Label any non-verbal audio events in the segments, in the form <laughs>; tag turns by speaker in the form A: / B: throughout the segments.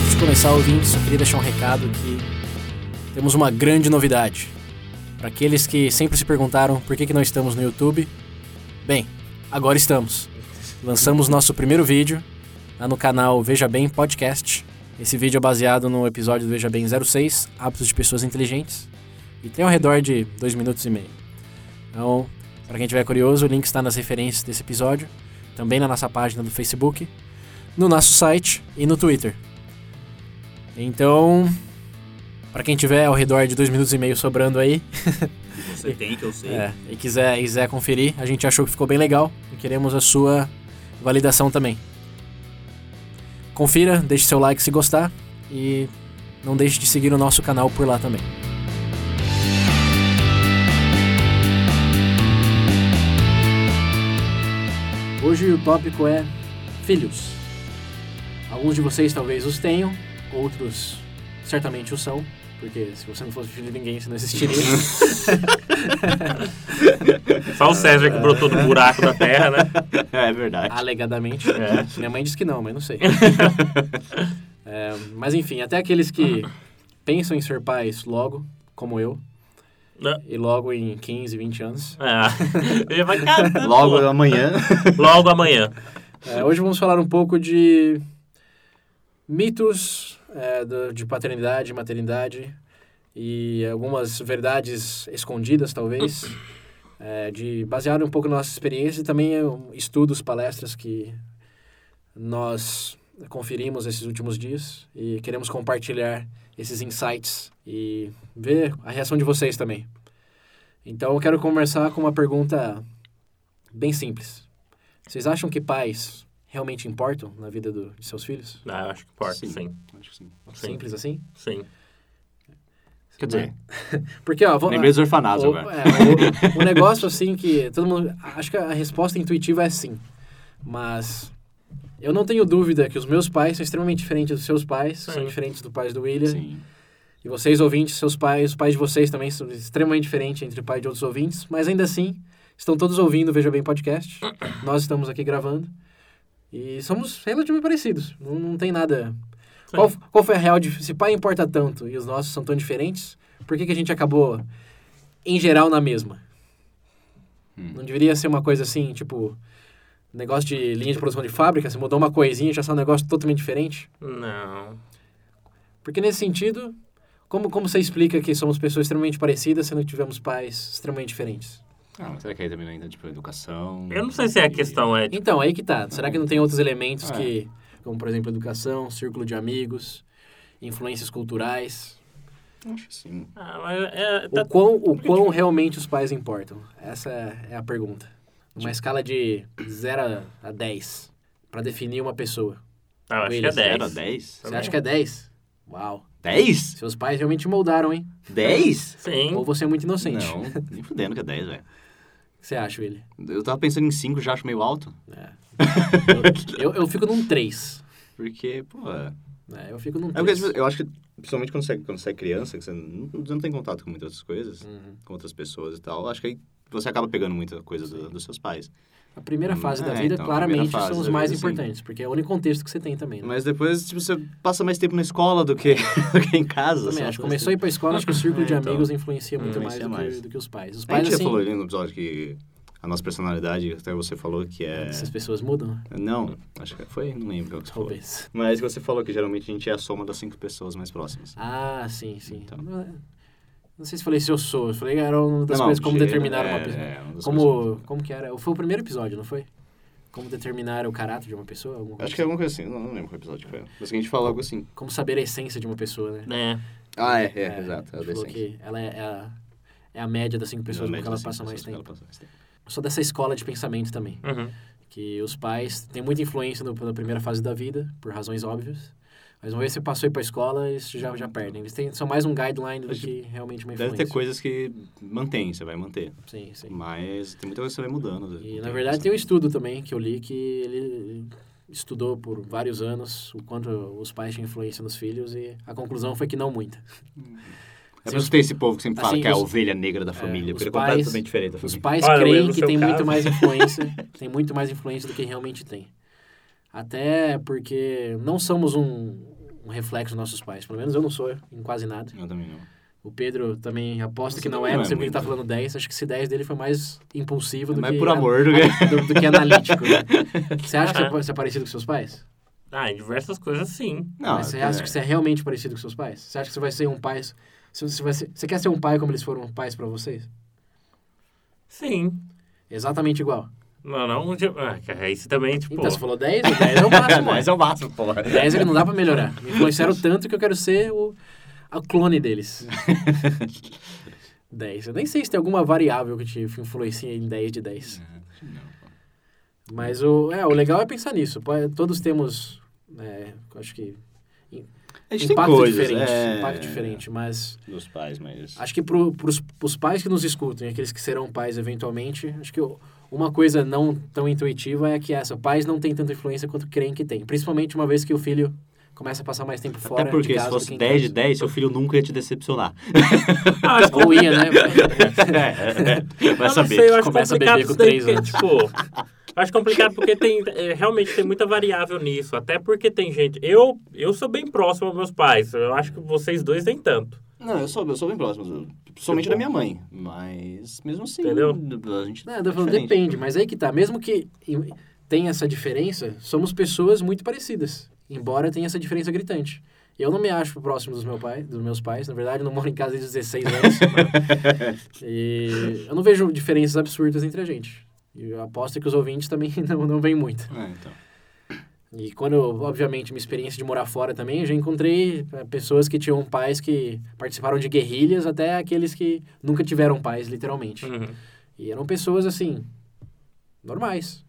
A: Antes de começar, ouvintes, eu queria deixar um recado que temos uma grande novidade. Para aqueles que sempre se perguntaram por que, que não estamos no YouTube, bem, agora estamos. Lançamos nosso primeiro vídeo lá no canal Veja Bem Podcast. Esse vídeo é baseado no episódio do Veja Bem 06, Hábitos de Pessoas Inteligentes, e tem ao redor de 2 minutos e meio. Então, para quem tiver curioso, o link está nas referências desse episódio, também na nossa página do Facebook, no nosso site e no Twitter. Então, para quem tiver ao redor de dois minutos e meio sobrando aí,
B: Você tem, que eu sei.
A: é, e quiser, quiser conferir, a gente achou que ficou bem legal e queremos a sua validação também. Confira, deixe seu like se gostar e não deixe de seguir o nosso canal por lá também. Hoje o tópico é filhos. Alguns de vocês talvez os tenham, outros certamente o são, porque se você não fosse filho de ninguém, você não existiria. <laughs>
B: Só o César que brotou do buraco da terra, né?
C: É verdade.
A: Alegadamente. Minha mãe disse que não, mas não sei. <laughs> É, mas enfim, até aqueles que pensam em ser pais logo, como eu,
B: Não.
A: e logo em 15, 20 anos.
B: Ah, eu ia falar, "Caramba,
C: <laughs> Logo
B: pô,
C: amanhã.
B: logo amanhã.
A: É, hoje vamos falar um pouco de mitos é, do- de paternidade, maternidade e algumas verdades escondidas, talvez, é, de baseado um pouco na nossa experiência e também é, um, estudos, palestras que nós conferimos esses últimos dias e queremos compartilhar esses insights e ver a reação de vocês também. Então, eu quero começar com uma pergunta bem simples. Vocês acham que pais realmente importam na vida do- de seus filhos?
B: Ah, eu acho que importa, sim.
C: Sim.
B: Sim,
C: Acho que sim.
B: sim.
A: Simples assim?
C: Quer dizer,
A: <laughs> Porque, ó... Vou,
C: lembrei dos orfanatos
A: o,
C: agora.
A: é, o, o negócio, assim, que todo mundo... Acho que a resposta intuitiva é sim. Mas eu não tenho dúvida que os meus pais são extremamente diferentes dos seus pais, são
B: Sim.
A: diferentes do pais do William.
C: Sim.
A: E vocês, ouvintes, seus pais, os pais de vocês também são extremamente diferentes entre o pai de outros ouvintes, mas ainda assim, estão todos ouvindo o Veja Bem Podcast. Nós estamos aqui gravando. E somos relativamente parecidos. Não, não tem nada.
B: Sim.
A: Qual, qual foi a real de se pai importa tanto e os nossos são tão diferentes? Por que, que a gente acabou, em geral, na mesma?
C: Hum.
A: Não deveria ser uma coisa assim, tipo, negócio de linha de produção de fábrica, se mudou uma coisinha, já sai um negócio totalmente diferente?
B: Não.
A: Porque nesse sentido, como, como você explica que somos pessoas extremamente parecidas, sendo que tivemos pais extremamente diferentes?
C: Ah, mas será que aí também não entra, tipo, educação?
B: Eu não sei se é a questão, é. tipo,
A: Então, aí que tá. Será que não tem outros elementos
C: É.
A: que, como por exemplo, educação, círculo de amigos, influências culturais?
C: Acho que sim.
B: ah, mas é,
A: O
B: tá-
A: quão, o quão realmente os pais importam? Essa é a pergunta. Uma escala de 0 a 10 pra definir uma pessoa.
B: ah, eu acho que é
A: Willis,
B: 10.
C: 0 a 10?
A: Você acha que é 10? Uau.
C: 10?
A: Seus pais realmente te moldaram, hein?
C: 10?
B: Sim.
A: Ou você é muito inocente.
C: Não, nem fudendo que é 10, velho.
A: O que você acha, William?
C: <laughs> Eu tava pensando em 5, já acho meio alto.
A: É. Eu, eu, eu fico num 3.
C: Porque, pô... É
A: né? Eu fico num
C: porque,
A: 3.
C: tipo, eu acho que, principalmente quando você, quando você é criança, que você não, você não tem contato com muitas outras coisas,
A: Uhum.
C: com outras pessoas e tal, acho que aí você acaba pegando muita coisa do- dos seus pais.
A: A primeira fase da
C: É,
A: vida,
C: então, a primeira
A: claramente,
C: fase
A: são os
C: da
A: mais
C: vida, sim.
A: importantes, porque é o único contexto que você tem também. Né?
C: Mas depois, tipo, você passa mais tempo na escola do que, <laughs> do que em casa.
A: Eu também
C: sabe?
A: acho. Começou a ir pra escola, acho que o círculo
C: assim. <laughs> É,
A: de
C: então.
A: amigos influencia muito mais,
C: Influencia
A: do, Que,
C: mais.
A: do que os pais. Os
C: A
A: pais,
C: gente já
A: assim,
C: falou ali no episódio que a nossa personalidade, até você falou que é.
A: essas pessoas mudam,
C: Não, acho que foi, não lembro o que você falou.
A: talvez.
C: Mas você falou que geralmente a gente é a soma das cinco pessoas mais próximas.
A: Ah, sim, sim.
C: Então.
A: Não, não sei se falei se eu sou, eu falei que era uma das coisas como
C: chega-
A: determinar uma
C: é,
A: pessoa.
C: é, uma das coisas-
A: Como, como que era? Foi o primeiro episódio, não foi? Como determinar o caráter de uma pessoa? alguma coisa
C: Acho que é alguma coisa assim, não, não lembro qual episódio que foi. Mas que a gente falou algo assim.
A: assim? Como saber a essência de uma pessoa, né?
B: É.
C: Ah, é, é,
A: É,
C: exato. É
A: a
C: a
A: gente falou
C: decência.
A: que ela é, é a, é a média das cinco pessoas com
C: Normalmente
A: que ela
C: das cinco
A: passa mais
C: pessoas que ela
A: tempo.
C: passa mais tempo.
A: Eu sou dessa escola de pensamento também,
B: Uhum.
A: que os pais têm muita influência no- na primeira fase da vida, por razões óbvias, Mas uma vez você passou aí pra escola, isso já, já perdem. Eles têm só mais um guideline do que realmente uma
C: Deve
A: influência.
C: ter coisas que mantém, você vai manter.
A: Sim, sim.
C: Mas tem muita coisa que você vai mudando. às vezes, É
A: E
C: com
A: na
C: o
A: verdade tem
C: tempo,
A: um estudo também que eu li que ele estudou por vários anos o quanto os pais tinham influência nos filhos e a conclusão foi que não muita.
C: sabe? Eu assustei esse povo que sempre fala
A: Assim,
C: que é a
A: os-
C: ovelha negra da família,
A: os
C: porque é
A: pais-
C: completamente diferente da
A: Os
C: família.
A: pais
B: Olha, eu
A: creem
B: no
A: que
B: seu
A: tem muito
B: caso. <laughs>
A: mais influência, tem muito mais influência do que realmente tem. Até porque não somos um, um reflexo dos nossos pais, pelo menos eu não sou em quase nada.
C: Eu também não.
A: O Pedro também aposta
C: Você
A: que não é,
C: também não
A: não
C: é
A: sei porque ele tá
C: muito.
A: falando 10, acho que esse 10 dele foi mais impulsivo do
C: É mais
A: que
C: por amor do que-
A: do, do que analítico. né? Você acha que você é pa- você é parecido com seus pais?
B: Ah, em diversas coisas, sim.
C: <laughs> Não,
A: Mas você
C: é-
A: acha que você é realmente parecido com seus pais? Você acha que você vai ser um pai. Você, você, vai ser- você quer ser um pai como eles foram pais pra vocês?
B: Sim.
A: Exatamente igual.
B: Não, não. tipo, Ah, cara, isso também, tipo... <laughs>
A: Então, você falou 10, o 10 é o
C: <laughs>
A: máximo.
C: Mas
A: é.
C: é o máximo, porra.
A: 10 é que não dá pra melhorar. Me influenciaram tanto que eu quero ser o a clone
C: <laughs>
A: deles. 10. Eu nem sei se tem alguma variável que te influencia em 10 de 10. Mas o, é, o legal é pensar nisso. Pode- Todos temos. é, acho que.
C: A gente
A: impacto
C: tem coisas,
A: diferente.
C: é,
A: Impacto diferente, mas.
C: Dos pais, mas...
A: Acho que pro, pros, pros pais que nos escutam, e aqueles que serão pais eventualmente, acho que o- uma coisa não tão intuitiva é que essa, pais não têm tanta influência quanto creem que tem. Principalmente uma vez que o filho começa a passar mais tempo fora
C: Até porque
A: de casa
C: se
A: do que
C: fosse
A: em
C: 10 de
A: casa.
C: 10, seu filho nunca ia
A: <laughs>
C: te decepcionar.
B: Ah, acho que-
A: Ou ia, né?
C: é, é,
B: Eu
C: vai
B: não
C: saber.
B: sei, eu acho
A: Começa a
B: complicado
A: beber com
B: isso daí,
A: três
B: porque,
A: anos.
B: Tipo, eu acho complicado porque tem, é, realmente tem muita variável nisso. Até porque tem gente... Eu, eu sou bem próximo aos meus pais. Eu acho que vocês dois nem tanto.
C: Não, eu sou, eu sou bem próximo, eu- principalmente da minha mãe. Mas mesmo assim,
B: Entendeu?
C: a gente é
A: Não, eu tô falando,
C: diferente.
A: depende, mas aí que tá. Mesmo que em- tenha essa diferença, somos pessoas muito parecidas, embora tenha essa diferença gritante. Eu não me acho próximo dos, meu pai, dos meus pais, na verdade, eu não moro em casa desde os 16 anos. e eu não vejo diferenças absurdas entre a gente. E eu aposto que os ouvintes também <laughs> não, não veem muito.
C: É, então.
A: E quando, eu, obviamente, minha experiência de morar fora também, eu já encontrei eh, pessoas que tinham pais que participaram de guerrilhas, até aqueles que nunca tiveram pais, literalmente. E eram pessoas, assim, normais.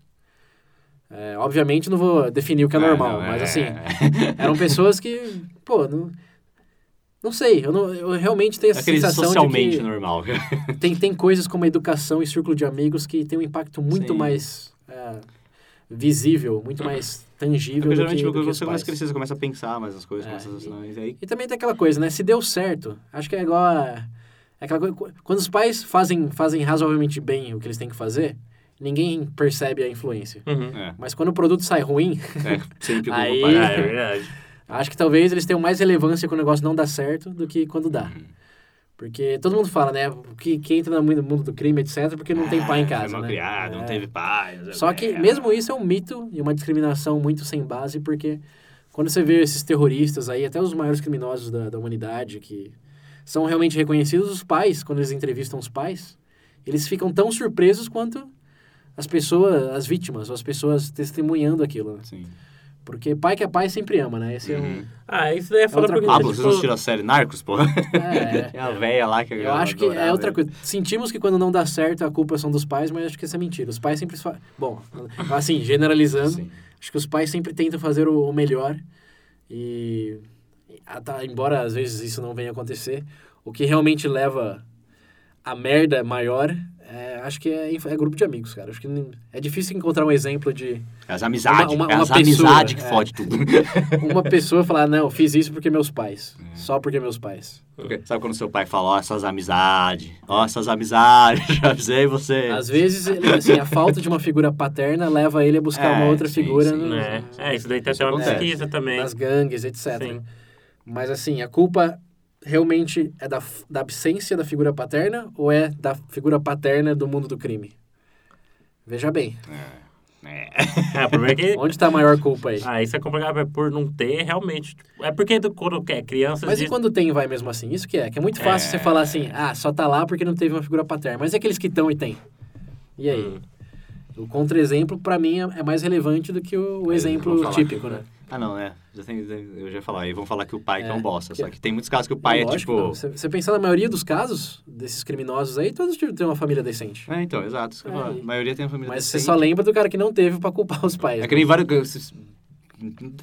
A: É, obviamente, não vou definir o que é
C: Ah,
A: normal,
C: não,
A: mas
C: é-
A: assim,
C: <laughs>
A: eram pessoas que, pô, não, não sei, eu, não, eu realmente tenho essa
C: Aquele
A: sensação
C: socialmente né?
A: de
C: normal. <laughs>
A: que tem, tem coisas como educação e círculo de amigos que tem um impacto muito
C: Sim. É.
A: mais é, visível, muito mais tangível
C: Porque
A: do que,
C: geralmente é
A: do que
C: quando
A: os
C: você começa a
A: pais.
C: crescer, você começa a pensar mais as coisas,
A: É,
C: começa a
A: e-
C: sinais. Aí
A: E também tem aquela coisa, né? Se deu certo, acho que é igual a, é aquela coisa, quando os pais fazem, fazem razoavelmente bem o que eles têm que fazer, ninguém percebe a influência.
B: Uhum.
C: é,
A: Mas quando o produto sai ruim, <laughs>
C: é, sempre culpa
A: Aí-
C: o
B: Ah,
C: pai.
B: é verdade.
A: acho que talvez eles tenham mais relevância quando o negócio não dá certo do que quando dá.
C: Uhum.
A: Porque todo mundo fala, né? Que, que entra no mundo no mundo do crime, etc., porque não tem pai em casa.
C: É, Foi mal
A: né?
C: criado,
A: É.
C: não teve pai. não sei
A: Só
C: o
A: que mesmo isso é um mito e uma discriminação muito sem base, porque quando você vê esses terroristas aí, até os maiores criminosos da, da humanidade, que são realmente reconhecidos, os pais, quando eles entrevistam os pais, eles ficam tão surpresos quanto as pessoas, as vítimas, as pessoas testemunhando aquilo. né?
C: Sim.
A: Porque pai que é pai sempre ama, né? Esse é um,
B: Ah, isso daí é foda
A: outra
B: porque...
A: coisa.
C: Ah, pô, vocês não tiram a série
A: <laughs>
C: Narcos, porra? <laughs>
A: É,
C: É a véia lá que
A: Eu acho que é
C: adorava.
A: outra coisa. Sentimos que quando não dá certo a culpa são dos pais, mas acho que isso é mentira. Os pais sempre fazem. Bom, assim, generalizando,
C: Sim.
A: acho que os pais sempre tentam fazer o, o melhor. E. e- ah, tá, embora às vezes isso não venha acontecer, o que realmente leva a merda maior, é, acho que é, inf- é grupo de amigos, cara. Acho que nem- é difícil encontrar um exemplo de
C: É as amizades,
A: Uma- uma-
C: é as
A: uma pessoa,
C: amizades que
A: é.
C: fode tudo. <laughs>
A: uma <laughs> pessoa falar, não, eu fiz isso porque meus pais. Só porque meus pais.
C: Sabe quando seu pai fala, ó, essas amizades, ó, essas amizades, <laughs> já avisei você.
A: Às vezes, ele- assim, a falta de uma figura paterna leva ele a buscar
C: <laughs> É,
A: uma outra
C: sim,
A: figura
C: sim. né?
A: no-
B: É, é, isso daí tem até uma
C: Acontece.
B: pesquisa também.
A: nas gangues, etc.
B: Sim.
A: Mas, assim, a culpa realmente é da, f- da absência da figura paterna ou é da figura paterna do mundo do crime? Veja bem,
C: É.
B: É, o problema é
A: <laughs>
B: que...
A: onde está a maior culpa aí?
B: Ah, isso é complicado, é por não ter, realmente. tipo, É porque do- quando é criança...
A: Mas e
B: existe-
A: quando tem, vai mesmo assim? Isso que é, que é muito fácil
C: É.
A: você falar assim, ah, só tá lá porque não teve uma figura paterna. Mas e aqueles que estão e tem? E aí?
B: Hum.
A: O contra-exemplo, pra mim, é é mais relevante do que o, o
C: É, vamos
A: exemplo
C: falar
A: típico,
C: que-
A: né?
C: Ah, não, é. Já tem, eu já ia falar, e vão falar que o pai que é
A: É,
C: um bosta.
A: que-
C: Só que tem muitos casos que o pai é,
A: Lógico, não.
C: tipo...
A: Você você pensar na maioria dos casos desses criminosos aí, todos têm uma família decente.
C: É, então, exato. isso que eu ia
A: É,
C: falar.
A: e-
C: A maioria tem uma família
A: Mas você
C: decente.
A: só lembra do cara que não teve pra culpar os pais. né?
C: É que nem É vários...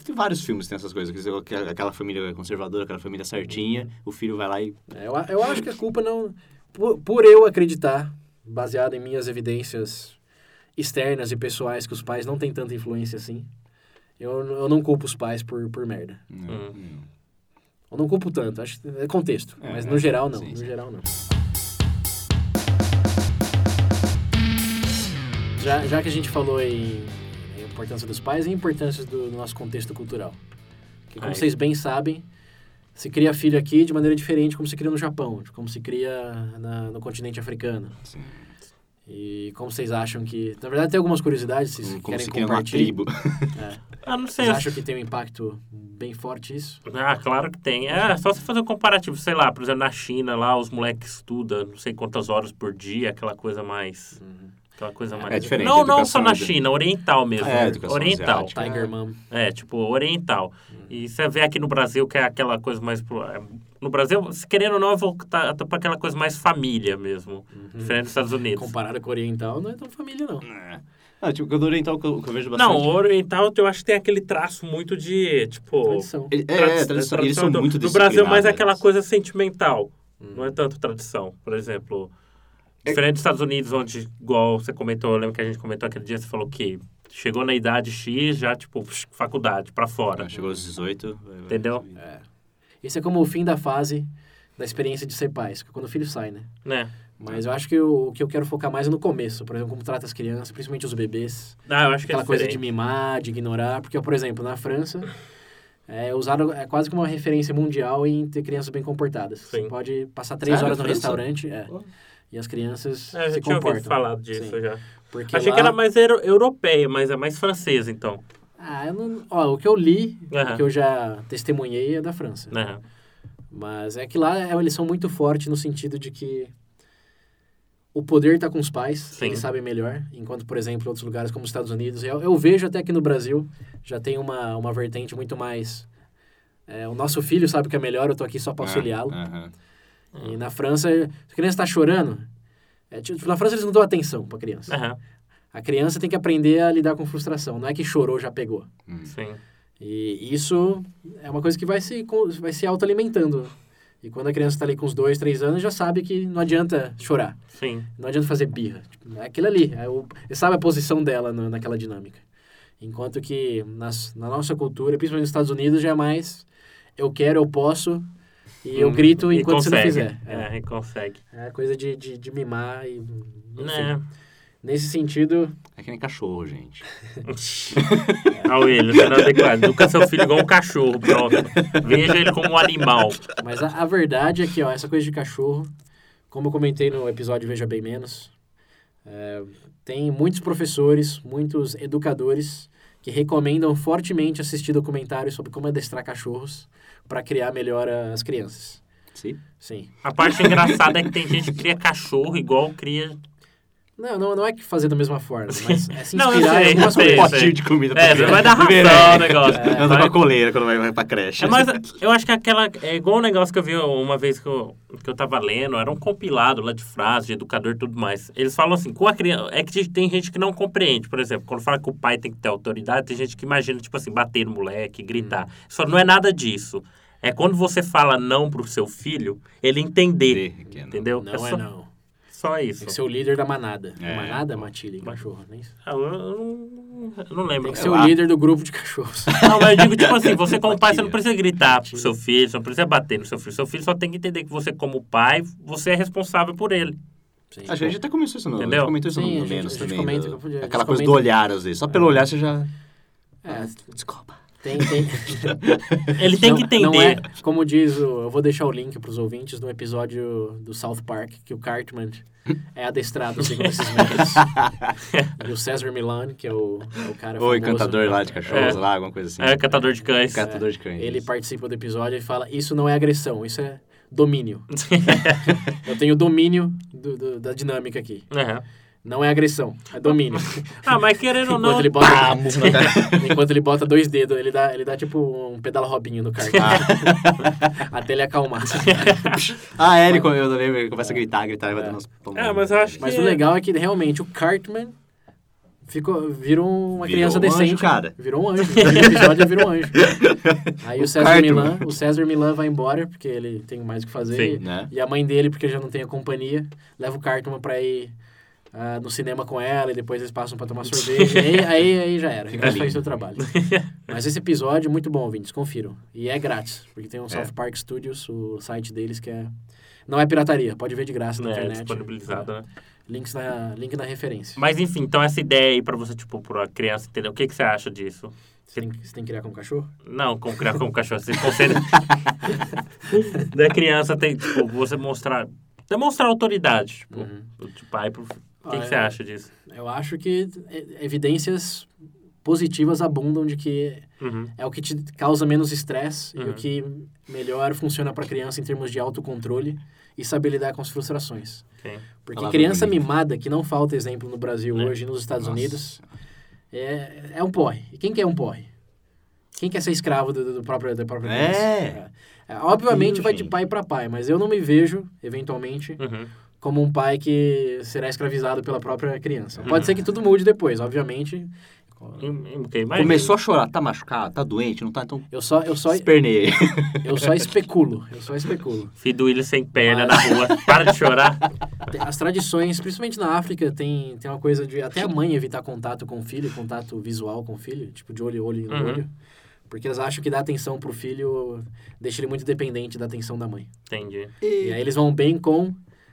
C: Tem vários filmes que tem essas coisas. quer dizer, aquela- Aquela família conservadora, aquela família certinha, o filho vai lá e.
A: É, Eu, a- eu acho que a culpa não. Por, por eu acreditar, baseado em minhas evidências externas e pessoais, que os pais não têm tanta influência assim, eu, eu não culpo os pais por, por merda.
C: Não, não.
A: Eu não culpo tanto, acho que é contexto.
C: É,
A: mas
C: é.
A: no geral não.
C: Sim,
A: no
C: sim.
A: geral não. Já, já que a gente falou em, em importância dos pais e importância do, do nosso contexto cultural. Que, como
B: Aí.
A: vocês bem sabem, se cria filho aqui de maneira diferente como se cria no Japão, de como se cria na- no continente africano.
C: Sim.
A: E como vocês acham que. Na verdade, tem algumas curiosidades, se vocês
C: Como
A: querem
C: se cria uma
A: compartilhar.
C: tribo.
A: É.
B: Ah, não sei.
A: Vocês acham que tem um impacto bem forte isso?
B: Ah, claro que tem. É, só se fazer um comparativo, sei lá, por exemplo, na China, lá os moleques estudam não sei quantas horas por dia, aquela coisa mais. Aquela coisa mais.
C: Uhum. É diferente,
B: Não,
C: a
B: não só
C: educação
B: na
C: de-
B: China, oriental mesmo.
C: É, a educação
B: oriental.
C: asiática. Uhum.
A: Tiger Mom.
B: É, tipo, oriental. E você vê aqui no Brasil que é aquela coisa mais. pro- é, No Brasil, se querendo ou não, é voltar pra aquela coisa mais família mesmo.
C: Uhum.
B: Diferente dos Estados Unidos.
A: Comparado com o oriental, não é tão família, não.
C: <laughs> É. Ah, tipo, o do oriental que eu, que eu vejo bastante.
B: Não, o oriental eu acho que tem aquele traço muito de, tipo.
A: Tradição.
C: Ele- É,
B: tradi-
C: é, tradição. Eles são
B: do-
C: muito
B: No Brasil, mais
C: disciplinados.
B: é aquela coisa sentimental.
A: Hum.
B: Não é tanto tradição. Por exemplo,
C: É
B: diferente dos Estados Unidos, onde, igual você comentou, eu lembro que a gente comentou aquele dia, você falou que chegou na idade X, já, tipo, psh, faculdade, pra fora.
C: Ah, Chegou aos 18. vai- vai-
B: Entendeu?
A: Esse é como o fim da fase da experiência de ser pai, que é quando o filho sai, né?
B: Né?
A: Mas eu acho que o, o que eu quero focar mais é no começo, por exemplo, como trata as crianças, principalmente os bebês.
B: Ah, eu acho que é
A: Aquela coisa de
B: diferente.
A: mimar, de ignorar, porque, por exemplo, na França é usado é quase como uma referência mundial em ter crianças bem comportadas. Você
B: Sim.
A: pode passar três
C: Sério,
A: horas no
C: França?
A: restaurante é,
C: Pô.
A: e as crianças
B: É, eu
A: se
B: já tinha ouvido
A: comportam.
B: falar disso
A: Sim.
B: já.
A: Porque
B: Achei
A: lá-
B: que era mais euro- europeia, mas é mais francesa, então.
A: Ah, eu não... Ó, o que eu li,
B: Aham.
A: o que eu já testemunhei é da França.
B: Né?
A: Mas é que lá é uma lição muito forte no sentido de que o poder está com os pais,
B: Sim.
A: eles sabem melhor. Enquanto, por exemplo, outros lugares como os Estados Unidos, eu, eu vejo até que no Brasil já tem uma, uma vertente muito mais. é, o nosso filho sabe o que é melhor, eu tô aqui só para auxiliá-lo.
C: Aham.
A: E na França, se a criança está chorando, é, tipo, na França eles não dão atenção para criança.
B: Aham,
A: A criança tem que aprender a lidar com frustração, não é que chorou, já pegou.
B: sim.
A: E isso é uma coisa que vai se, co- vai se autoalimentando. E quando a criança está ali com uns dois, três anos, já sabe que não adianta chorar,
B: Sim.
A: não adianta fazer birra. Tipo, é aquilo ali, é o, ele sabe a posição dela no- naquela dinâmica. Enquanto que nas, na nossa cultura, principalmente nos Estados Unidos, já é mais eu quero, eu posso, e eu
B: Hum,
A: grito
B: e
A: enquanto você não
B: consegue.
A: fizer. É,
B: É, e consegue.
A: é coisa de, de, de mimar e... enfim.
B: Né?
A: Nesse sentido,
C: É que nem cachorro, gente.
B: Ao ele, não é adequado. Educa seu filho igual um cachorro, pronto. Veja ele como um animal.
A: Mas a, a verdade é que, ó, essa coisa de cachorro, como eu comentei no episódio Veja Bem Menos, é, tem muitos professores, muitos educadores que recomendam fortemente assistir documentários sobre como adestrar cachorros para criar melhor as crianças.
C: Sim.
A: Sim.
B: A parte engraçada é que tem gente que cria cachorro igual cria.
A: Não, não, não é que fazer da mesma forma, mas é se
B: <laughs> Não, eu
A: inspirar
B: sei,
A: em algumas
B: eu sei.
A: coisas.
C: Um potinho de comida pra
B: É,
C: criança.
B: vai dar razão
C: Verão.
B: o negócio.
C: né, Anda
B: Vai-
C: com a coleira quando vai, vai pra creche.
B: É, mas eu acho que aquela. É igual um negócio que eu vi uma vez que eu, que eu tava lendo, era um compilado lá de frases, de educador e tudo mais. Eles falam assim, com a criança. É que tem gente que não compreende, por exemplo, quando fala que o pai tem que ter autoridade, tem gente que imagina, tipo assim, bater no moleque, gritar.
A: Hum.
B: Só não é nada disso. É quando você fala não pro seu filho, ele entender.
C: Entender que é, não.
B: Entendeu?
A: Não é
B: só,
A: não.
B: só
A: Tem
B: isso.
A: que ser o líder da manada. É,
C: É.
A: manada, matilha, cachorro, nem
B: Ah, Eu, eu não- eu não lembro.
A: Tem que ser
B: Eu-
A: o líder do grupo de
B: <laughs>
A: cachorros.
B: Não, mas eu digo, tipo assim, você como pai, você não
C: Matilha.
B: precisa gritar pro seu filho, você não precisa bater no seu filho. Seu filho só tem que entender que você, como pai, você é responsável por ele.
A: Sim.
C: A gente até comentou isso, não.
B: Entendeu?
C: A gente comentou
A: Sim,
C: isso no-
A: a
C: no
A: gente-
C: menos
A: a gente
C: também.
A: comenta,
C: do-
A: eu podia-
C: Aquela
A: eles
C: coisa do
A: comentam.
C: olhar, às vezes. Só pelo olhar você já.
A: É,
C: Desculpa.
A: tem,
B: <laughs>
A: tem...
B: Ele tem
A: Não-
B: que entender.
A: Não é, como diz o... Eu vou deixar o link pros ouvintes do episódio do South Park, que o
C: <laughs>
A: Cartman é adestrado, segundo esses memes. e o Cesar Milan, que é o, é o cara
C: Ou
A: famoso, né?
C: encantador lá de cachorros,
B: É.
C: lá, alguma coisa assim.
B: É, catador de cães. <laughs>
C: Catador de cães.
A: Ele participa do episódio e fala, isso não é agressão, isso é domínio. Eu tenho domínio do- do- da dinâmica aqui.
B: Aham.
A: Não é agressão, é
B: <laughs>
A: domínio.
B: Ah, mas querendo ou
A: Enquanto
B: não...
A: ele bota, <laughs>
B: Pá!
A: enquanto ele bota dois dedos, ele dá, ele dá tipo um pedal robinho no Cartman. <laughs> Até ele
C: <laughs>
A: acalmar.
C: Ah, é, ele, come- eu lembro,
A: É.
C: ele começa a gritar, gritar e vai dando umas
B: É, mas eu acho que-
A: Mas o legal é que realmente o Cartman Ficou, virou uma
C: Virou
A: criança
C: um anjo,
A: decente.
C: cara.
A: Virou um anjo. O primeiro episódio virou um
C: <laughs>
A: anjo. Aí o,
C: O
A: César
C: Cartman.
A: Milan, o César Milan vai embora, porque ele tem mais o que fazer.
B: Sim.
A: e-
C: Né?
A: E a mãe dele, porque já não tem a companhia, leva o Cartman pra ir ah, no cinema com ela e depois eles passam pra tomar
C: <laughs>
A: sorvete. E aí, aí, aí já era.
C: Fica
A: Fica só
C: lindo.
A: isso o
C: <laughs>
A: trabalho. Mas esse episódio é muito bom, ouvintes, confiram. E é grátis, porque tem o South Park Studios, o site deles que é. Não é pirataria, pode ver de graça na
C: É,
B: né,
A: internet.
B: disponibilizado, né?
A: Links na, link na referência.
B: Mas enfim, então essa ideia aí pra você, tipo, pra criança entender, o que, que você acha disso?
A: Você tem, você tem que criar como cachorro?
B: Não, como criar como cachorro, você
A: <laughs>
B: consegue... da criança tem, tipo, você mostrar... Demonstrar autoridade, tipo, de pai pro filho. O que,
A: Uhum. Ah,
B: que
A: é.
B: você acha disso?
A: Eu acho que eh, evidências positivas abundam de que
B: Uhum.
A: é o que te causa menos estresse e
B: Uhum.
A: o que melhor funciona para criança em termos de autocontrole e saber lidar com as frustrações.
B: ok.
A: Porque
C: Palavra
A: criança
C: bonita. Né?
A: mimada, que não falta exemplo no Brasil
B: É.
A: hoje e nos Estados
C: Nossa.
A: Unidos, é, é um porre. E quem quer um porre? Quem quer ser escravo do, do próprio, da própria
C: É.
A: criança? É. Obviamente
C: Deus,
A: vai de
C: gente.
A: pai para pai, mas eu não me vejo, eventualmente,
B: Uhum.
A: como um pai que será escravizado pela própria criança. Pode ser que tudo mude depois, obviamente.
B: Im- im- ok, imagina.
C: Começou a chorar, tá machucado, tá doente, não tá? Então
A: Eu só, eu só, <laughs>
C: esperneia.
A: eu só especulo, eu só especulo.
B: Filho do Willis sem perna
A: Mas-
C: <laughs>
B: na rua. Para de chorar.
A: Tem- As tradições, principalmente na África, tem, tem uma coisa de até a mãe evitar contato com o filho, contato visual com o filho, tipo de olho, olho no
B: Uhum.
A: olho. Porque elas acham que dar atenção pro filho deixa ele muito dependente da atenção da mãe.
B: Entendi.
A: E aí eles vão bem com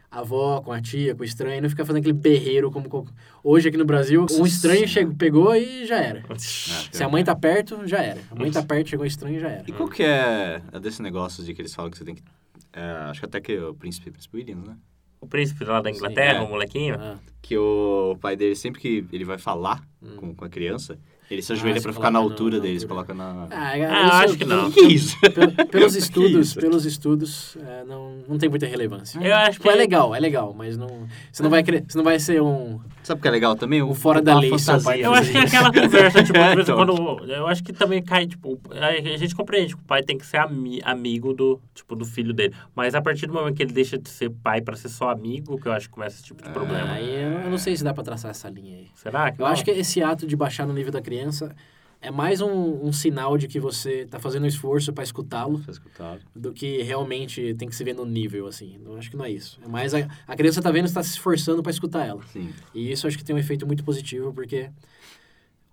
A: a avó, com a tia, com o estranho, e não fica fazendo aquele berreiro como co- hoje aqui no Brasil. Um estranho chegou, pegou e já era. Se a mãe tá perto, já era. A mãe tá perto, chegou estranho e já era.
C: E É, qual que é a desse negócio de que eles falam que você tem que... é, acho que até que o príncipe, príncipe William, né?
B: O príncipe lá da
A: Sim,
B: Inglaterra,
C: é.
B: o molequinho.
A: Ah,
C: Que o pai dele, sempre que ele vai falar com, com a criança, ele se ajoelha
A: Hum. Ah,
C: pra
A: você
C: ficar na
A: coloca na-
C: altura
A: na
C: deles,
A: altura.
C: coloca na...
A: Ah,
B: Ah, eu
A: isso-
B: acho que não.
C: O que é isso?
A: Pel- pelos
C: Que
A: estudos,
C: isso?
A: pelos estudos, é, não, não tem muita relevância.
B: Eu acho que-
A: é legal, é legal, mas não, você não vai cre- você não vai ser um
C: Sabe o que é legal também?
A: O fora da
C: a
A: lei, seu pai.
C: fantasia.
B: Eu acho que é aquela conversa,
C: <laughs>
B: tipo, de vez em
C: Então.
B: quando. Eu acho que também cai, tipo, a gente compreende que o pai tem que ser ami- amigo do, tipo, do filho dele. Mas a partir do momento que ele deixa de ser pai pra ser só amigo, que eu acho que começa esse tipo de problema.
A: aí Ah, eu, eu não sei se dá pra traçar essa linha aí.
B: Será que
A: Eu
B: não?
A: acho que esse ato de baixar no nível da criança é mais um, um sinal de que você tá fazendo um esforço pra escutá-lo
C: Vocês escutaram? <laughs>
A: do que realmente tem que se ver no nível assim. Eu acho que não é isso. É mais a, a criança tá vendo está se esforçando pra escutar ela.
C: Sim.
A: E isso acho que tem um efeito muito positivo, porque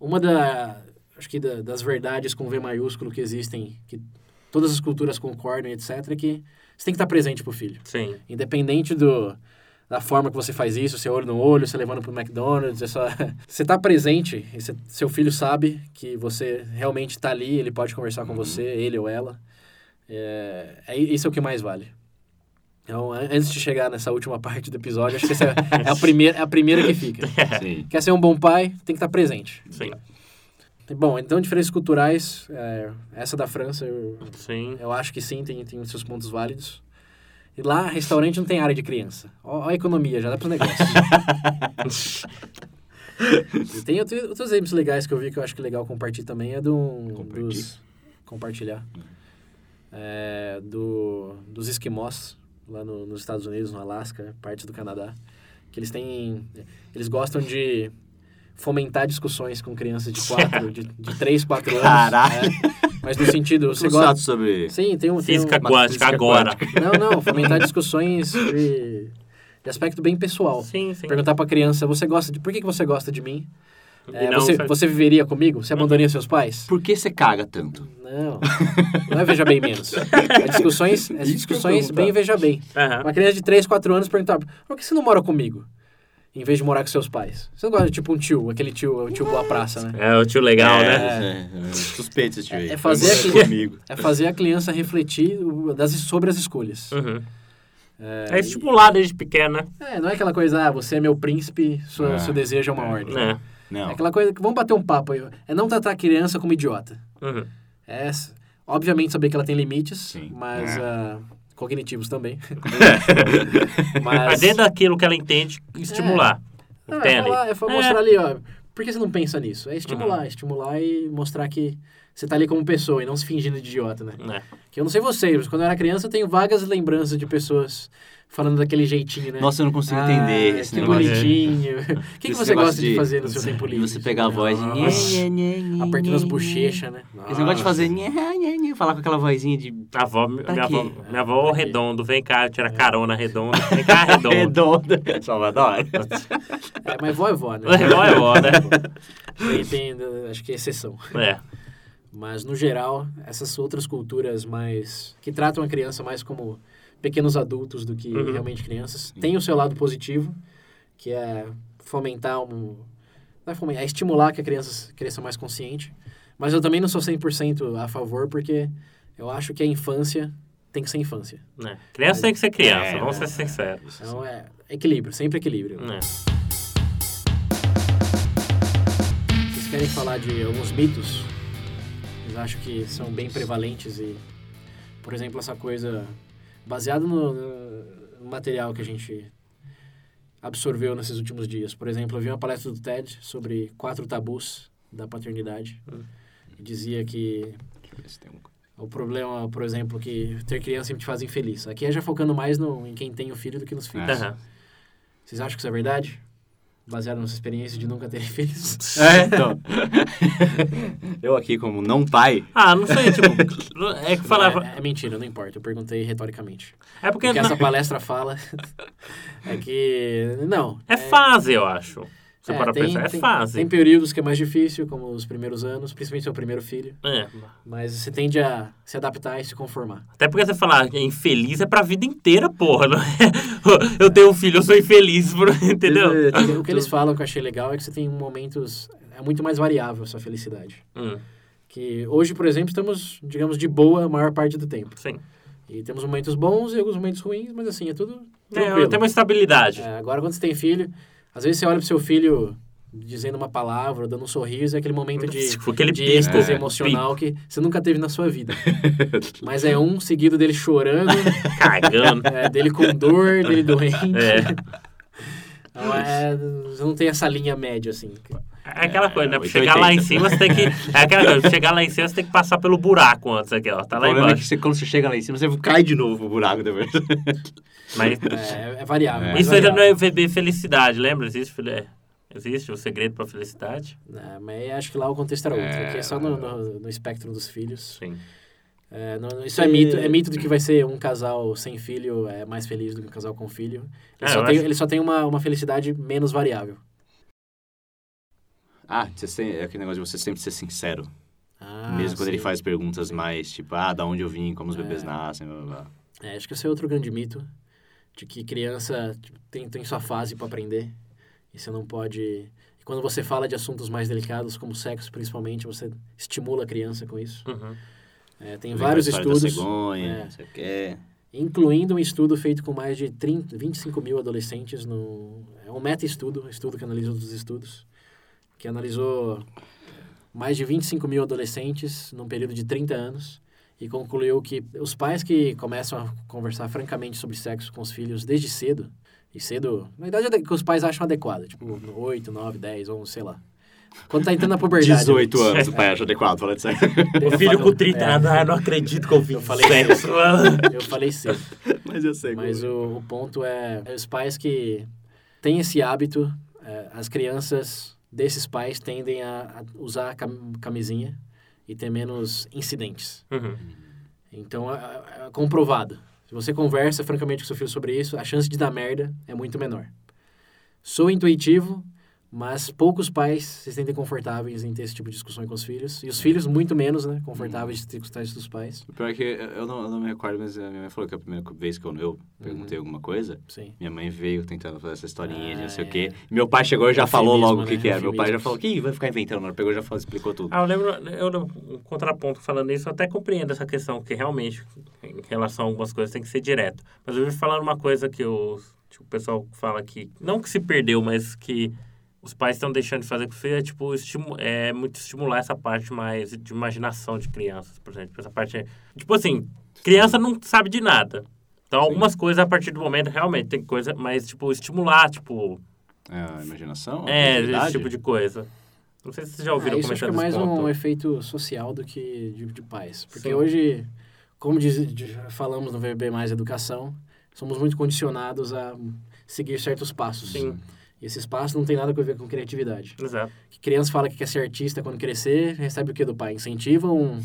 A: uma da, acho que da- das verdades com V maiúsculo que existem, que todas as culturas concordam, etc, é que você tem que estar presente pro filho.
B: Sim.
A: Independente do da forma que você faz isso, seu olho no olho, você levando pro McDonald's, é só... <laughs> você tá presente, e você- seu filho sabe que você realmente tá ali, ele pode conversar com você, ele ou ela. É, é isso é o que mais vale. Então, an- antes de chegar nessa última <laughs> parte do episódio, acho que essa é, é a primeira, é a primeira que fica.
C: Sim.
A: Quer ser um bom pai, tem que estar presente.
B: Sim.
A: Bom, então diferenças culturais, é, essa da França, eu,
B: Sim.
A: eu acho que sim, tem, tem os seus pontos válidos. E lá, restaurante não tem área de criança. Ó, ó a economia, já dá para negócio. e tem outro- outros exemplos legais que eu vi que eu acho que é legal compartilhar também, é do,
C: Compartilhe.
A: dos... Compartilhar. É, do, dos esquimós, lá no- nos Estados Unidos, no Alasca, parte do Canadá. Que eles têm... Eles gostam de fomentar discussões com crianças de 4, de, de 3, 4 anos.
C: Caralho.
A: É. Mas no sentido, você gosta...
C: Contato sobre...
A: Sim, tem um... Tem um...
B: Física quântica
C: física
B: agora.
A: Não, não, fomentar discussões de, de aspecto bem pessoal.
B: Sim, sim.
A: Perguntar pra criança, você gosta de. Por que, que você gosta de mim?
B: E
A: É,
B: não, Uhum.
A: você,
B: sabe?
A: você viveria comigo? Você abandonaria seus pais?
C: Por que você caga tanto?
A: Não. Não é veja bem menos. É discussões, é
C: Isso que eu
A: discussões
C: ia
A: bem
C: perguntar.
A: veja bem.
B: Aham.
A: Uma criança de 3, 4 anos perguntar, por que você não mora comigo? Em vez de morar com seus pais. Você não gosta de tipo um tio, aquele tio, o tio Boa Praça, né?
B: É o tio legal,
C: É,
B: né?
C: é, é, Suspeito esse tio aí.
A: É fazer
C: Foi
A: aquele-
C: comigo.
A: É fazer a criança refletir o- das, sobre as escolhas.
B: Uhum.
A: É,
B: É estimular desde pequena, né?
A: É, não é aquela coisa, ah, você é meu príncipe, sua,
B: Ah,
C: É.
A: seu desejo é uma ordem.
B: É.
A: É
C: Não.
A: aquela coisa que vamos bater um papo aí. É não tratar a criança como idiota.
B: Uhum.
A: É, s- obviamente, saber que ela tem limites,
C: Sim.
A: mas
C: É.
A: ah, cognitivos
C: <laughs>
A: também.
B: Mas
A: mas
B: dentro daquilo que ela entende, estimular.
A: não, é
B: Entende?
A: falar, é falar-
B: É.
C: Uhum.
A: mostrar ali, ó. Por que você não pensa nisso? É estimular, estimular e mostrar que você tá ali como pessoa e não se fingindo de idiota, né?
B: né?
C: É.
A: Que eu não sei vocês, mas quando eu era criança eu tenho vagas lembranças de pessoas falando daquele jeitinho, né?
C: Nossa, eu não consigo
A: Ah,
C: entender esse
A: que
C: negócio. <laughs>
A: bonitinho. O que, que
C: Esse
A: você
C: negócio
A: gosta de, fazer no seu tempo livre?
C: Você pegar a voz e...
B: Nossa.
C: Nhe, nhe, nhe,
A: Apertando
C: nhe,
A: as
C: nhe.
A: bochechas, né?
C: Esse negócio de fazer... Nhe, nhe, nhe, falar com aquela vozinha de...
B: A avó, minha,
C: Pra
B: avó,
C: quê?
B: minha avó,
A: Pra
B: ô
A: quê? É.
B: redondo, vem cá, tira carona, redondo. Vem
A: <laughs>
B: cá, redondo.
C: Redonda. <laughs> Salvador.
A: É, mas vó é vó, né?
B: <laughs> Vó é vó, né?
A: Tem- tem, eh, acho que é exceção.
B: É,
A: Mas, no geral, essas outras culturas mais... Que tratam a criança mais como pequenos adultos do que
B: Uhum.
A: realmente crianças. Tem o seu lado positivo, que é fomentar um... Não é fomentar, é estimular que a criança cresça mais consciente. Mas eu também não sou 100% a favor, porque eu acho que a infância tem que ser infância.
B: né. Criança tem que ser criança,
C: É,
B: vamos
C: né?
B: ser sinceros.
A: Então, é equilíbrio, sempre equilíbrio.
B: Né.
A: Vocês querem falar de alguns mitos? Vocês acham que são bem prevalentes e, por exemplo, essa coisa baseada no, no material que a gente absorveu nesses últimos dias. Por exemplo, eu vi uma palestra do TED sobre quatro tabus da paternidade. E Dizia que o problema, por exemplo, que ter criança sempre te faz infeliz. Aqui é já focando mais no, em quem tem o filho do que nos filhos.
B: Aham.
A: Vocês acham que isso é verdade? Baseado nessa experiência de nunca terem <laughs> filhos?
C: É, então. <laughs> eu aqui como não pai...
B: Ah, não sei, tipo, <laughs> é que falava...
A: É, é mentira, não importa. Eu perguntei
B: <laughs>
A: retoricamente.
B: É porque...
A: O que essa palestra fala <laughs> é que. Não.
B: É fase, eu acho. Você
A: é,
B: para
A: tem-
B: pensar, é
A: tem-
B: fase.
A: Tem períodos que é mais difícil, como os primeiros anos, principalmente seu primeiro filho.
B: É.
A: Mas você tende a se adaptar e se conformar.
B: Até porque você falar que é infeliz é pra vida inteira, porra. Não é? <laughs> Eu tenho um filho, eu sou infeliz, <laughs> por- entendeu?
A: O que eles falam que eu achei legal é que você tem momentos. É muito mais variável a sua felicidade.
B: Hum,
A: Que hoje, por exemplo, estamos, digamos, de boa a maior parte do tempo.
B: sim.
A: E temos momentos bons e alguns momentos ruins, mas assim, é tudo.
B: É, eu
A: Tranquilo.
B: tenho uma estabilidade.
A: É, agora, quando você tem filho, às vezes você olha pro seu filho dizendo uma palavra, dando um sorriso, é aquele momento de,
B: Tipo, aquele
A: de
B: pico,
A: êxtase
B: é,
A: emocional que você nunca teve na sua
B: <laughs>
A: vida. Mas é um seguido dele chorando,
B: pico, cagando.
A: é, dele com dor, dele doente.
B: É.
A: Então, é, você não tem essa linha média, assim.
B: <laughs> É aquela coisa, né? Pra
C: 8,80.
B: chegar lá em cima, você tem que. <laughs> É aquela coisa, pra chegar lá em cima, você tem que passar pelo buraco antes aqui, ó. Tá
C: o
B: lá
C: problema é que
B: embaixo.
C: você- quando você chega lá em cima, você cai de novo pro buraco depois.
B: <laughs> Mas
A: É, é variável.
C: É.
A: mas
B: isso ainda não
A: variável.
B: é VB felicidade, lembra? Existe, filho? É. Existe o segredo pra felicidade?
A: É, mas acho que lá o contexto era outro.
C: É.
A: Aqui é só no, no, no espectro dos filhos.
B: Sim.
A: É, não- não- isso é mito. É mito de que vai ser um casal sem filho é mais feliz do que um casal com filho. Ele
B: É,
A: só
B: eu
A: tem,
B: acho-
A: ele só tem uma, uma felicidade menos variável.
C: Ah, você sem- é aquele negócio de você sempre ser sincero.
A: Ah,
C: mesmo quando
A: sim.
C: ele faz perguntas mais, tipo, ah, da onde eu vim, como os bebês
A: É.
C: nascem, blá, blá, blá.
A: É, acho que esse é outro grande mito. De que criança tipo, tem, tem sua fase pra aprender. E você não pode... E quando você fala de assuntos mais delicados, como sexo principalmente, você estimula a criança com isso.
B: Uhum.
A: É, tem
C: Vem com a
A: vários
C: história Da
A: estudos,
C: cegonha,
A: É.
C: não sei o quê.
A: incluindo um estudo feito com mais de 30, 25 mil adolescentes. No, é um meta-estudo, um estudo que analisa outros estudos, que analisou mais de 25 mil adolescentes num período de 30 anos e concluiu que os pais que começam a conversar francamente sobre sexo com os filhos desde cedo, e cedo, na idade ade- que os pais acham adequada, tipo 8, 9, 10, 11, sei lá. Quando tá entrando na puberdade. <laughs>
C: 18 anos, o pai acha adequado, fala de sério.
B: O filho com 30 anos, ah, não acredito que eu vi.
A: Eu falei
B: sexo.
A: é,
B: <laughs>
A: Eu falei cedo.
C: <laughs> Mas eu sei.
A: Mas o, o ponto é, é os pais que têm esse hábito, é, as crianças desses pais tendem a, a usar a cam- camisinha e ter menos incidentes.
B: Uhum.
A: Então, é, é- é comprovado. Se você conversa francamente com seu filho sobre isso, a chance de dar merda é muito menor. Sou intuitivo, mas poucos pais se sentem confortáveis em ter esse tipo de discussão com os filhos. E os filhos, muito menos, né? Confortáveis de ter discussões dos pais.
C: O pior é que eu- eu não, eu não me recordo, mas a minha mãe falou que a primeira vez que eu, eu
A: Uhum.
C: perguntei alguma coisa,
A: Sim.
C: minha mãe veio tentando fazer essa historinha de
A: Ah,
C: não sei
A: é.
C: o quê. Meu pai chegou e já falou
A: Eufemismo,
C: logo o que,
A: né?
C: que era. Meu pai já
A: Eufemismo.
C: falou, que vai ficar inventando, não. Pegou e já falou, explicou tudo.
B: Ah, eu lembro, eu lembro um contraponto falando isso, eu até compreendo essa questão, que realmente, em relação a algumas coisas, tem que ser direto. Mas eu ouvi falar uma coisa que o, que o pessoal fala que, não que se perdeu, mas que os pais estão deixando de fazer com o filho, é, tipo, estimu, é muito estimular essa parte mais de imaginação de crianças, por exemplo. Essa parte, tipo assim, criança não sabe de nada. Então, algumas coisas, a partir do momento, realmente, tem coisa, mas, tipo, estimular, tipo,
C: É, a imaginação? a
B: é, esse
C: criatividade.
B: tipo de coisa. Não sei se vocês já ouviram
A: Ah, isso acho
B: comentar
A: que é
B: desse
A: mais
B: ponto.
A: um efeito social do que de, de pais. Porque
B: Sim.
A: hoje, como diz- de- falamos no VB Mais Educação, somos muito condicionados a seguir certos passos.
B: Sim.
A: E esses passos não tem nada a ver com criatividade.
B: Exato.
A: Que criança fala que quer ser artista quando crescer, recebe o que do pai? Incentiva um,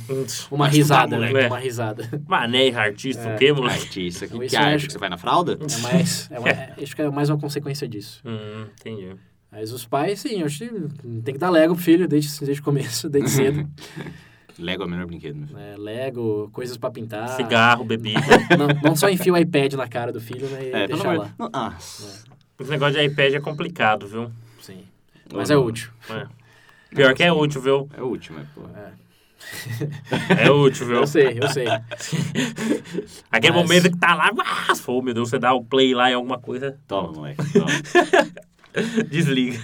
A: uma
C: Vai estudar,
A: risada, né?
B: moleque.
A: Uma risada.
B: <laughs> Mané, artista,
A: É.
B: o quê, moleque?
C: Artista, que,
A: Então,
C: que
A: isso eu
C: arte?
A: acho-
C: Que você vai na fralda?
A: É mais, é uma- é- acho que é mais uma consequência disso.
B: Hum, entendi.
A: Mas os pais, sim, acho que tem que dar Lego pro filho desde, desde o começo, desde cedo.
B: <laughs>
C: Lego é o melhor brinquedo, meu filho.
A: né? Lego, coisas pra pintar.
B: Cigarro, bebida.
A: Não, não só enfia o iPad na cara do filho, né? E
C: É, pelo
A: deixar
C: amor
A: lá.
C: Não, ah,
B: Esse negócio de iPad é complicado, viu?
A: Sim.
C: Ou
A: Mas é
C: não.
A: útil.
B: É. Pior que é útil, viu?
C: É o último, é, pô.
B: É útil, viu?
A: Eu sei, eu
C: <laughs>
A: sei.
B: Aquele
A: Mas-
B: momento que tá lá, ah, pô, meu Deus, você dá o play lá em alguma coisa, <laughs>
C: Toma, moleque. Toma. <laughs>
B: desliga.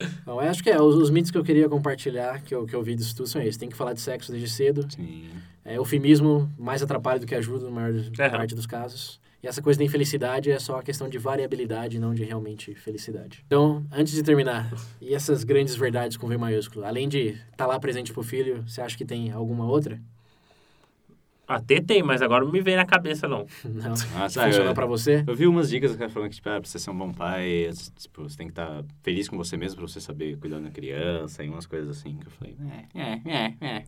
A: Então, eu acho que é, os, os mitos que eu queria compartilhar, que eu, que eu vi disso tudo, são esses. Tem que falar de sexo desde cedo.
C: Sim.
A: É, eufemismo mais atrapalha do que ajuda, na maior
C: É.
A: parte dos casos. E essa coisa da infelicidade é só a questão de variabilidade, não de realmente felicidade. Então, antes de terminar, e essas grandes verdades com V maiúsculo? Além de estar lá presente pro filho, você acha que tem alguma outra? <laughs>
B: Até tem, mas agora não me vem na cabeça, não.
A: Não.
C: Ah, sabe,
A: Funcionou
C: eu,
A: pra você?
C: eu vi umas dicas que falando que, tipo, ah, pra você ser um bom pai, tipo, você tem que estar feliz com você mesmo pra você saber cuidar da criança e umas coisas assim. Que eu falei, é, é, é, é.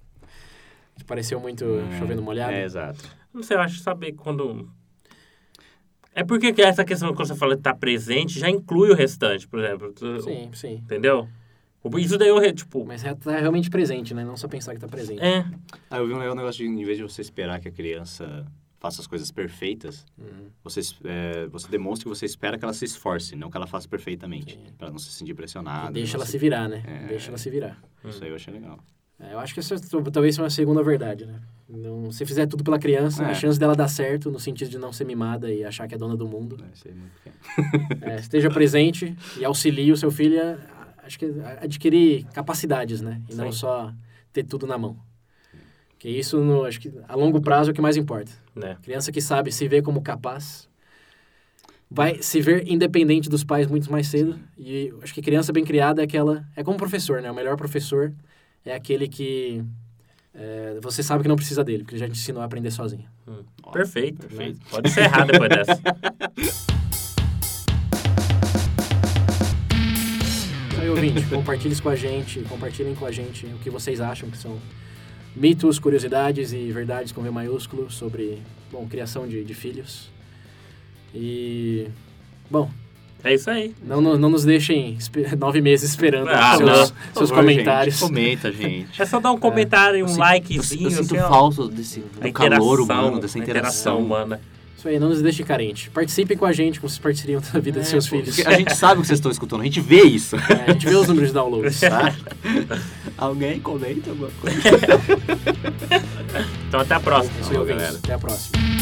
A: Te pareceu muito
C: É,
A: chovendo molhado?
C: É, exato.
B: Não sei, eu acho que saber quando. É porque que essa questão que você fala de estar presente já inclui o restante, por exemplo. Tu-
A: Sim, sim.
B: Entendeu? O- Isso daí eu, re- tipo.
A: Mas é- tá realmente presente, né? Não só pensar que tá presente.
B: É,
C: Ah, eu vi um legal negócio de, em vez de você esperar que a criança faça as coisas perfeitas,
A: Hum.
C: você, es- é, você demonstra que você espera que ela se esforce, não que ela faça perfeitamente. Pra ela não se sentir pressionada.
A: Deixa
C: não
A: ela se virar, né?
C: Ah, É.
A: Deixa ela se virar.
C: Isso aí eu achei legal.
A: É, eu acho que essa t- talvez seja uma segunda verdade, né? Não, se fizer tudo pela criança, a
C: É.
A: chance dela dar certo, no sentido de não ser mimada e achar que é dona do mundo.
C: <laughs> É, isso aí é muito pequeno.
A: É, esteja presente e auxilie o seu filho a, a- acho que a- adquirir capacidades, né? E não
B: Sim.
A: só ter tudo na mão. Porque isso, no, acho que a longo prazo é o que mais importa.
B: né?
A: Criança que sabe se ver como capaz vai se ver independente dos pais muito mais cedo. E acho que criança bem criada é aquela. É como professor, né? O melhor professor é aquele que é, você sabe que não precisa dele, porque ele já te ensinou a aprender sozinho.
C: Ó,
B: Perfeito.
C: Perfeito.
B: Pode encerrar depois dessa.
A: Então, aí, ouvinte, compartilhe isso com a gente, compartilhem com a gente o que vocês acham que são mitos, curiosidades e verdades com V maiúsculo sobre, bom, criação de, de filhos. E, bom,
B: É isso aí.
A: Não, não, não nos deixem espe- <laughs> nove meses esperando
B: Ah, não.
A: seus,
B: Por
A: seus
C: Por favor,
A: comentários.
C: Gente,
B: <laughs>
C: comenta, gente.
B: É só dar um comentário, um likezinho.
C: Eu sinto
B: assim, ó.
C: falta desse
B: A
C: do
B: interação,
C: calor humano, dessa
B: a interação
C: interação.
B: humana.
A: Isso aí, não nos deixem carente. Participem com a gente, como vocês participariam da vida dos
C: É,
A: seus filhos.
C: <laughs> Porque a gente sabe o que vocês estão escutando, a gente vê isso.
A: É, a gente vê os números de downloads.
C: tá? Alguém comenta alguma coisa.
B: Então até a próxima.
A: Isso aí,
C: Falou,
A: ouvintes.
C: Tá galera.
A: Até a próxima.